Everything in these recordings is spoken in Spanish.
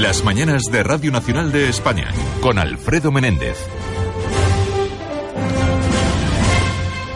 Las mañanas de Radio Nacional de España con Alfredo Menéndez.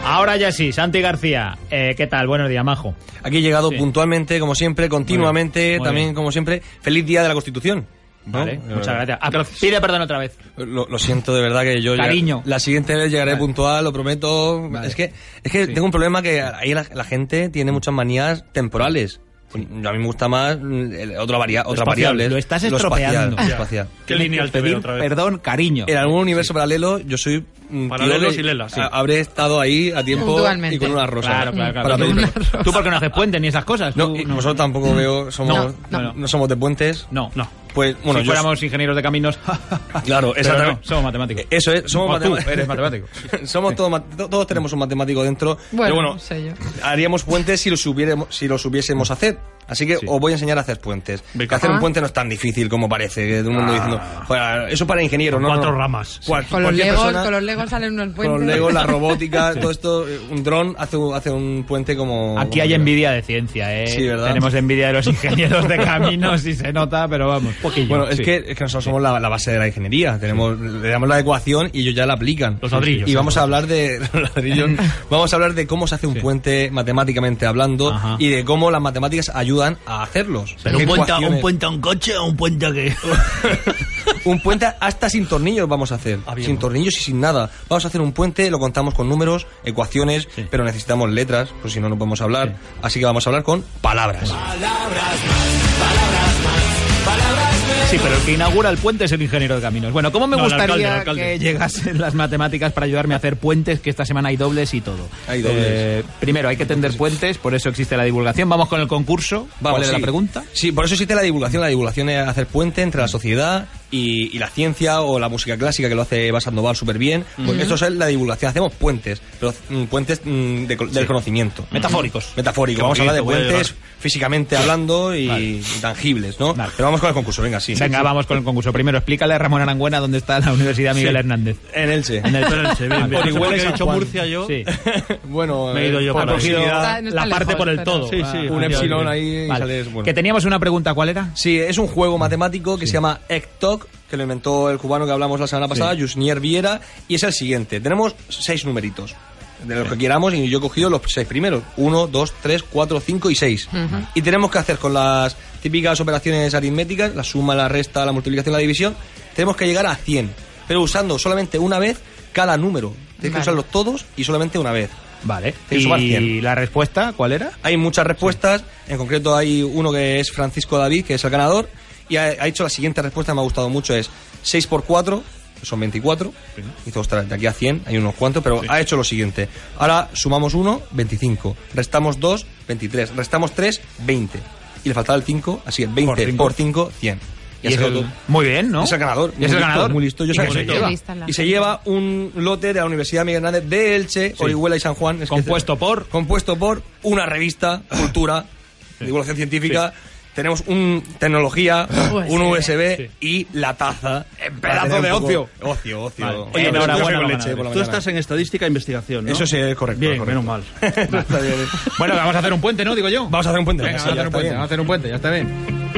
Ahora ya sí, Santi García. Eh, ¿Qué tal? Buenos días, Majo. Aquí he llegado Sí. puntualmente, como siempre, continuamente, Muy bien, muy también bien. como siempre. Feliz día de la Constitución. ¿no? Vale, Eh, muchas gracias. Ah, Pide perdón otra vez. Lo, lo siento de verdad que yo ya- Cariño. la siguiente vez llegaré Vale. puntual, lo prometo. Vale. Es que es que Sí. tengo un problema que ahí la, la gente tiene muchas manías temporales. A mí me gusta más mm, el- otra varia, otra espacial, variable. lo estás espacial, estropeando. lo Ya. espacial. ¿Qué lineal te Pedir veo otra vez? Perdón, cariño. En algún universo paralelo yo soy un tío Paralelos que y lelas, sí. a- habré estado ahí a tiempo Puntualmente. y con una rosa Claro, claro, claro. para Tú- pedir perdón. Tú porque no haces puentes ni esas cosas. No, tú y nosotros tampoco veo, somos, No, no, no. somos de puentes. No, no. Pues, bueno, si yo- fuéramos ingenieros de caminos. Claro, Pero exactamente. no, somos matemáticos. Eso es, somos O tú, matemáticos. eres matemático. somos todos, mat- to- todos tenemos un matemático dentro. Bueno, pero no sé yo. haríamos puentes si los, hubiéramos- si los hubiésemos hacer. Así que Sí. os voy a enseñar a hacer puentes. Venga. Que hacer un Ah. puente no es tan difícil como parece. que Todo el Ah. mundo diciendo, "Joder, eso para ingenieros, ¿no? Cuatro no". ramas. Cual- Con los, cualquier legos, persona- con los legos salen unos con puentes. los Legos, la robótica, todo esto. eh, Un dron hace, hace un puente como. Aquí como hay quiera. envidia de ciencia, ¿eh? Sí, ¿verdad? Tenemos envidia de los ingenieros de caminos y se nota, pero vamos. Bueno, es, Sí. que, es que nosotros somos la, la base de la ingeniería. Tenemos, Le damos la ecuación y ellos ya la aplican. Los ladrillos. Y vamos a hablar de los ladrillos. vamos a hablar de cómo se hace un puente matemáticamente hablando Ajá. y de cómo las matemáticas ayudan a hacerlos. ¿Qué ecuaciones? a un coche o un puente a qué? Un puente hasta sin tornillos vamos a hacer. Ah, bien. sin tornillos y sin nada. Vamos a hacer un puente, lo contamos con números, ecuaciones, pero necesitamos letras, pues si no, no podemos hablar. Así que vamos a hablar con palabras. Sí, pero el que inaugura el puente es el ingeniero de caminos. Bueno, ¿cómo me No, el gustaría alcalde, el alcalde. que llegasen las matemáticas para ayudarme a hacer puentes? Que esta semana hay dobles y todo. Eh, Hay dobles. primero, hay que tender puentes, por eso existe la divulgación. Vamos con el concurso. ¿Cuál es sí. la pregunta? Sí, por eso existe la divulgación. La divulgación es hacer puente entre la sociedad y, y la ciencia o la música clásica que lo hace Eva Sandoval súper bien. Pues esto es la divulgación. Hacemos puentes, pero mm, puentes mm, de co- del conocimiento. Metafóricos. Metafórico. Qué Vamos a hablar de bonito, voy a puentes físicamente hablando y, y tangibles, ¿no? Vale. Pero vamos con el concurso, venga, sí. Venga, vamos con el concurso. Primero, explícale a Ramón Arangüena dónde está la Universidad Miguel Sí. Hernández. Ah, En Elche. el Espérense, bien, bien. Orihuela Porque y he San dicho Juan. Murcia yo. Sí. bueno, Me he ido eh, yo por para allá. proximidad, Está- no está la parte lejos, por el pero- todo. Sí, sí. un Ah, epsilon bien, ahí y Vale. sales, bueno. Que teníamos una pregunta, ¿cuál era? Sí, es un juego matemático que se llama Ektok, que lo inventó el cubano que hablamos la semana pasada, Yusnier Viera, y es el siguiente. Tenemos seis numeritos, de los que queramos, y yo he cogido los seis primeros. Uno, dos, tres, cuatro, cinco y seis. Y tenemos que hacer con las típicas operaciones aritméticas, la suma, la resta, la multiplicación, la división, tenemos que llegar a 100, pero usando solamente una vez cada número. Tienes que Vale. usarlos todos y solamente una vez. Vale. Te sumas ¿Y cien. la respuesta cuál era? Hay muchas respuestas, en concreto hay uno que es Francisco David, que es el ganador, y ha, ha hecho la siguiente respuesta, me ha gustado mucho, es 6 por 4, son 24, dice, ostras, de aquí a 100 hay unos cuantos, pero ha hecho lo siguiente. Ahora sumamos 1, 25, restamos 2, 23, restamos 3, 20, y le faltaba el 5, así es, 20 cinco. por 5, 100. Y ha es sacado el- todo. Muy bien, ¿no? Es el ganador. Y es el listo, ganador. Muy listo. Yo ¿Y sé qué que se se lleva? lleva. Lista la Y se lleva un lote de la Universidad Miguel Hernández de Elche, Orihuela y San Juan. Es que- Compuesto por- Compuesto por una revista, Cultura, Divulgación Científica. Tenemos un tecnología, un USB y la taza. Para pedazo tener un de poco- ocio. Ocio, ocio. Vale. Oye, Enhorabuena, pero yo soy con buena leche por la madre. Tú mañana. estás en estadística e investigación, ¿no? Eso sí, es correcto, Bien, correcto. menos mal. Está bien. Bueno, vamos a hacer un puente, ¿no? Digo yo. Vamos a hacer un puente. Venga, Sí, vamos ya a hacer un está puente, bien. vamos a hacer un puente, ya está bien.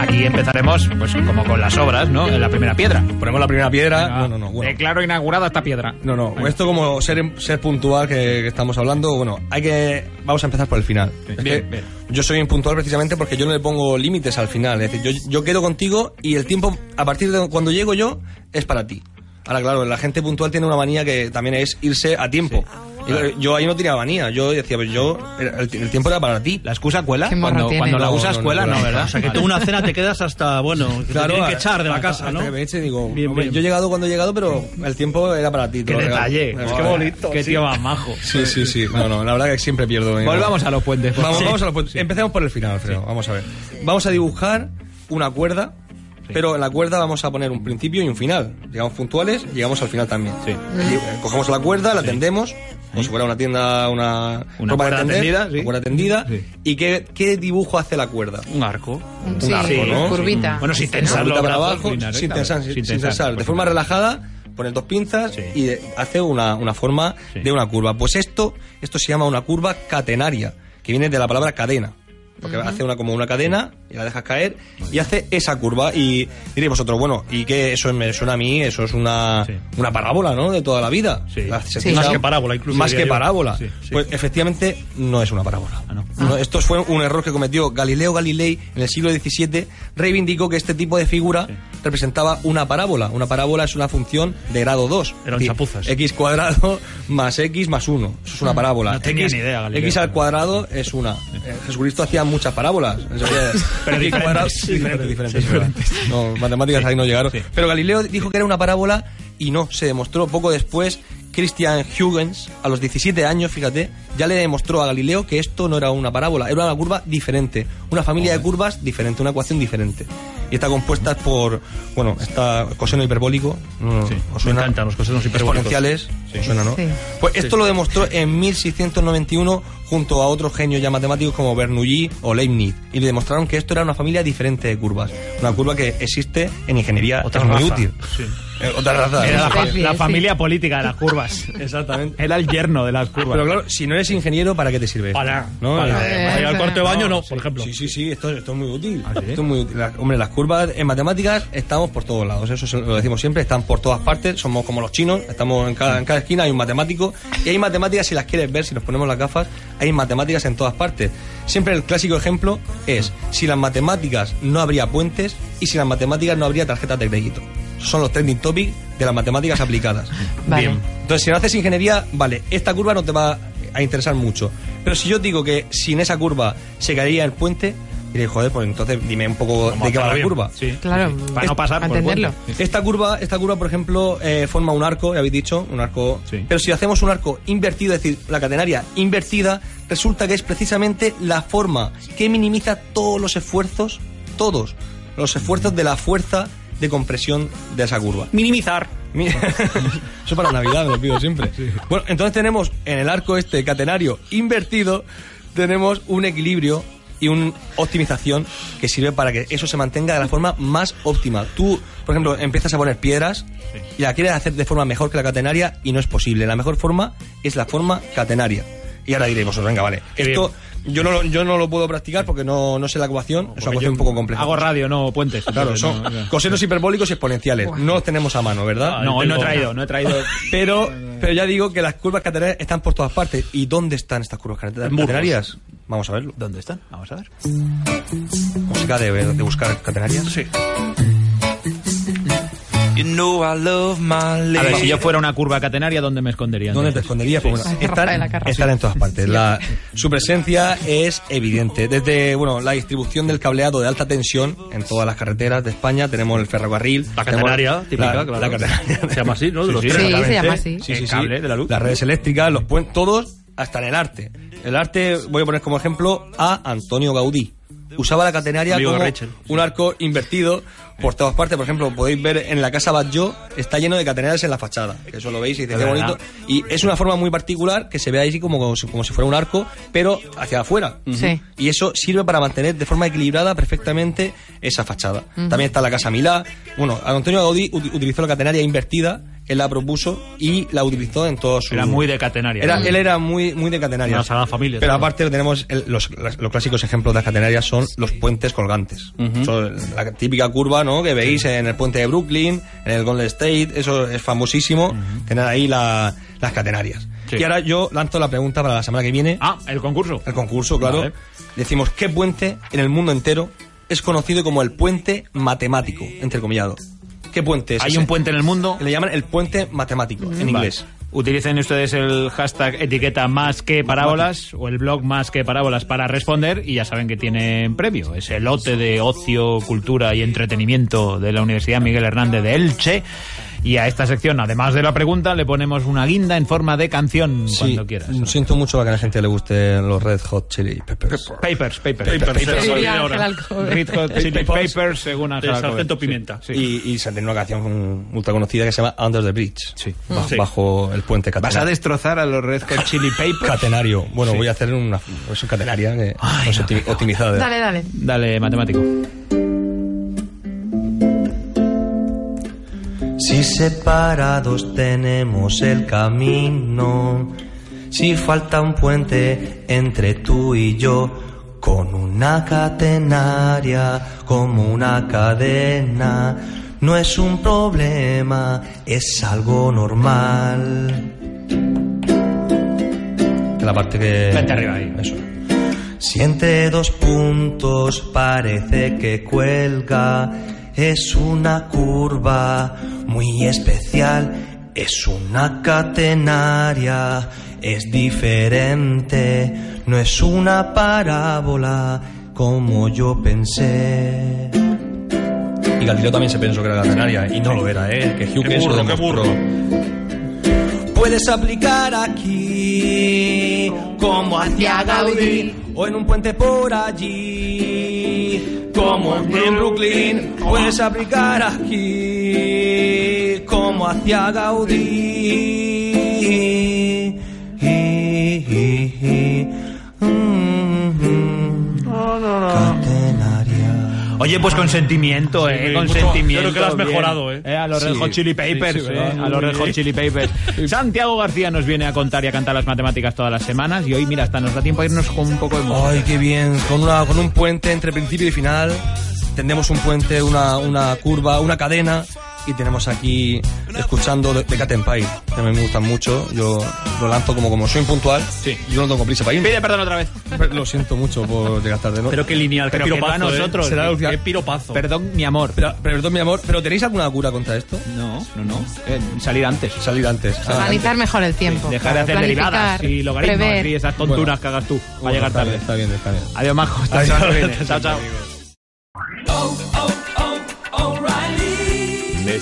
Aquí empezaremos, pues como con las obras, ¿no? En la primera piedra. Ponemos la primera piedra. No, no, no. bueno. Declaro inaugurada esta piedra. No, no, esto como ser, ser puntual que, que estamos hablando, bueno, hay que... Vamos a empezar por el final. Es Bien, que bien. Yo soy impuntual precisamente porque yo no le pongo límites al final. Es decir, yo, yo quedo contigo y el tiempo, a partir de cuando llego yo, es para ti. Ahora, claro, la gente puntual tiene una manía que también es irse a tiempo. Yo, yo ahí no tenía manía. Yo decía, pues yo. El, el tiempo era para ti. ¿La excusa cuela? Qué morro Cuando, tiene. cuando la No, usas no, no, cuela, no, no, no. ¿verdad? O sea, que Vale. tú una cena te quedas hasta, bueno, que te tienen que echar de la casa, ¿no? digo, Bien, hombre, bien. yo he llegado cuando he llegado, pero el tiempo era para ti. te Qué lo regalo. detalle. No, Qué no. bonito. Qué tío más majo. Sí, sí, sí. No, no, la verdad que siempre pierdo. eh. Volvamos a los puentes. por Vamos, favor. vamos a los puentes. Empecemos por el final, Alfredo. Vamos a ver. Vamos a dibujar una cuerda, pero en la cuerda vamos a poner un principio y un final. Llegamos puntuales, llegamos al final también. Y, eh, Cogemos la cuerda, la tendemos, como si fuera una tienda, una, Una ropa de cuerda tender, tendida, sí. una cuerda tendida. Sí. ¿Y qué, qué dibujo hace la cuerda? Un arco. Un sí, arco, ¿no? curvita. Bueno, sin tensar los Vuelta para brazos, abajo, ni nada, sin ¿eh? tensar, Sin sin, sin tensar, tensar, por de forma relajada, pones dos pinzas Sí. y eh, hace una, una forma Sí. de una curva. Pues esto, esto se llama una curva catenaria, que viene de la palabra cadena. Porque hace una como una cadena y la dejas caer y hace esa curva. Y diréis vosotros, bueno, ¿y qué? Eso me suena a mí, eso es una, Sí. una parábola, ¿no? De toda la vida. Sí. La- se Sí. usa- Más que parábola, incluso, Más diría que yo. parábola. Sí, sí. Pues efectivamente no es una parábola. Ah, no. No, esto fue un error que cometió Galileo Galilei en el siglo XVII. Reivindicó que este tipo de figura representaba una parábola. Una parábola es una función de grado 2. Eran chapuzas. Mm, X cuadrado más X más 1. Eso es una parábola. No tenía X, ni idea, Galileo. X al cuadrado es una. Eh, Jesucristo hacía muchas parábolas. Pero diferentes, diferentes. diferentes, ¿verdad? No, matemáticas ahí no llegaron. Pero Galileo dijo que era una parábola y no, se demostró poco después. Christian Huygens, a los 17 años, fíjate, ya le demostró a Galileo que esto no era una parábola, era una curva diferente, una familia de curvas diferente, una ecuación diferente. Y está compuesta por, bueno, está coseno hiperbólico. mm, Sí, ¿os me suena? encantan los cosenos hiperbólicos. Exponenciales, ¿os suena, ¿no? Sí. Pues esto lo demostró en 1691 junto a otros genios ya matemáticos como Bernoulli o Leibniz. Y le demostraron que esto era una familia diferente de curvas. Una curva que existe en ingeniería, Otra es muy raza. útil. Sí. Eh, otra raza. Era la, fa- Sí, la sí. familia política de las curvas. Exactamente. Era el yerno de las curvas. Pero claro, si no eres ingeniero, ¿para qué te sirve? Para, ¿No? para, Eh, para ir al cuarto de baño, no, por ejemplo. Sí, sí, sí, esto, esto es muy útil. ¿Ah, sí? Esto es muy útil. Las- hombre, las curvas en matemáticas estamos por todos lados, eso se- lo decimos siempre, están por todas partes, somos como los chinos, estamos en cada, en cada esquina, hay un matemático, y hay matemáticas, si las quieres ver, si nos ponemos las gafas, hay matemáticas en todas partes. Siempre el clásico ejemplo es, si las matemáticas no habría puentes y si las matemáticas no habría tarjetas de crédito. Esos Son los trending topics de las matemáticas aplicadas. Vale. Bien. Entonces, si no haces ingeniería, vale, esta curva no te va a interesar mucho. Pero si yo digo que sin esa curva se caería el puente, diréis, joder, pues entonces dime un poco de qué va la hacerlo curva. bien. Sí. Claro, Para no pasar para por el entenderlo. puente. Esta curva, esta curva, por ejemplo, eh, forma un arco, ya habéis dicho, un arco. Sí. Pero si hacemos un arco invertido, es decir, la catenaria invertida, resulta que es precisamente la forma que minimiza todos los esfuerzos, todos los esfuerzos de la fuerza de compresión de esa curva. Minimizar. Mi- Eso para Navidad, me lo pido siempre. Bueno, entonces tenemos en el arco este catenario invertido, tenemos un equilibrio y una optimización que sirve para que eso se mantenga de la forma más óptima. Tú, por ejemplo, empiezas a poner piedras y la quieres hacer de forma mejor que la catenaria y no es posible. La mejor forma es la forma catenaria. Y ahora diréis vosotros, venga, vale. Qué Esto yo no, lo- yo no lo puedo practicar porque no, no sé la ecuación. es una Porque yo ecuación un poco compleja. Hago radio, no puentes. Claro, Entonces, son no, no. cosenos hiperbólicos y exponenciales. No los tenemos a mano, ¿verdad? No, hoy no he tengo- traído, no he traído. Pero, pero ya digo que las curvas catenarias están por todas partes. ¿Y dónde están estas curvas cate- Burgos. catenarias? Vamos a verlo. ¿Dónde están? Vamos a ver. Música de, de buscar catenarias. Sí. A ver, si yo fuera una curva catenaria, ¿dónde me escondería? ¿Dónde te entonces? esconderías? Pues bueno, Ay, Rafael, están, acá, están en todas partes. La- su presencia es evidente. Desde bueno, la distribución del cableado de alta tensión en todas las carreteras de España, tenemos el ferrocarril. La tenemos catenaria, típica, la- claro. la catenaria. Se llama así, ¿no? De los sí. trenes. Sí, se llama así. Sí, sí, El sí. cable de la luz. Las redes eléctricas, los puentes, todos, hasta en el arte. El arte, voy a poner como ejemplo a Antonio Gaudí. Usaba la catenaria Amigo de como Rachel. un arco invertido por todas partes. Por ejemplo, podéis ver en la casa Batlló está lleno de catenarias en la fachada. Que eso lo veis y dice, qué verdad. bonito. Y es una forma muy particular que se ve ahí como, como, si, como si fuera un arco, pero hacia afuera. Sí. Y eso sirve para mantener de forma equilibrada perfectamente esa fachada. También está la Casa Milá. Bueno, Antonio Gaudí ut- utilizó la catenaria invertida, él la propuso y la utilizó en todos sus... Era muy de catenaria. Era- ¿no? él era muy, muy de catenaria. Una sagrada familia, Pero ¿no? aparte tenemos el- los, las- los clásicos ejemplos de las catenarias son los puentes colgantes. Son la típica curva ¿no? que veis en el puente de Brooklyn, en el Golden State, eso es famosísimo, tener ahí la- las catenarias. Sí. Y ahora yo lanzo la pregunta para la semana que viene. Ah, el concurso. El concurso, claro. Vale. Decimos, ¿qué puente en el mundo entero es conocido como el puente matemático, entrecomillado? ¿Qué puente es Hay ese? un puente en el mundo. Le llaman el puente matemático, en inglés. utilicen ustedes el hashtag etiqueta más que parábolas o el blog más que parábolas para responder y ya saben que tienen premio. Es el lote de ocio, cultura y entretenimiento de la Universidad Miguel Hernández de Elche. Y a esta sección, además de la pregunta, le ponemos una guinda en forma de canción cuando quieras. Siento mucho para que a la gente le gusten los Red Hot Chili Peppers. Papers, papers. Papers, se nos olvida Diría ahora. Ángel Alcover. Red Hot Chili Papers, según De Ángel Alcover. Sargento Sí, Pimienta. sí. Y, y salen una canción ultra conocida que se llama Under the Bridge. Sí. Ba- Bajo, Sí. el puente Vas a catenario. destrozar a los Red Hot Chili Papers. Catenario. Bueno, voy a hacer una, es una catenaria que no es opti- optimizada. Dale, dale. Dale, matemático. Si separados tenemos el camino, si falta un puente entre tú y yo, con una catenaria, como una cadena, no es un problema, es algo normal. Que la parte que... Vete arriba ahí. Eso. Si entre dos puntos parece que cuelga, es una curva muy especial, es una catenaria, es diferente, no es una parábola como yo pensé. Y Galileo también se pensó que era catenaria y no lo era, ¿eh? Que Hughes Qué lo burro, qué demostró. burro. Puedes aplicar aquí, como hacia Gaudí, o en un puente por allí, como en Brooklyn. Puedes aplicar aquí, como hacia Gaudí. Catenaria. Oye, pues consentimiento, eh. mucho. consentimiento. Yo creo que lo has bien. mejorado, eh. A los Red Hot Chili Papers, sí, eh, ¿verdad? A los Red Hot Muy Chili Papers. Santiago García nos viene a contar y a cantar las matemáticas todas las semanas. Y hoy, mira, hasta nos da tiempo a irnos con un poco de música. Ay, qué bien. Con, una, con un puente entre principio y final. Tendremos un puente, una, una curva, una cadena. Y tenemos aquí escuchando de, de Cat Empire, que a mí me gustan mucho. Yo lo lanzo como, como soy impuntual. Sí. Yo no tengo prisa para irme. Pide perdón otra vez. Pero Lo siento mucho por llegar tarde, ¿no? Pero qué lineal, qué Pero que piropazo. va a nosotros, eh. Será que- el- que- qué piropazo. Perdón, mi amor. Pero- pero perdón, mi amor, ¿pero tenéis alguna cura contra esto? No, no, no. Eh, salir antes. Salir antes. Ah, Analizar mejor el tiempo. Dejar de hacer Planificar, derivadas y logaritmos prever. y esas tonturas Bueno. que hagas tú para bueno, llegar está tarde. bien, Está bien, está bien. Adiós, Majo. Hasta Adiós, la semana que adiós, viene. Chao, chao.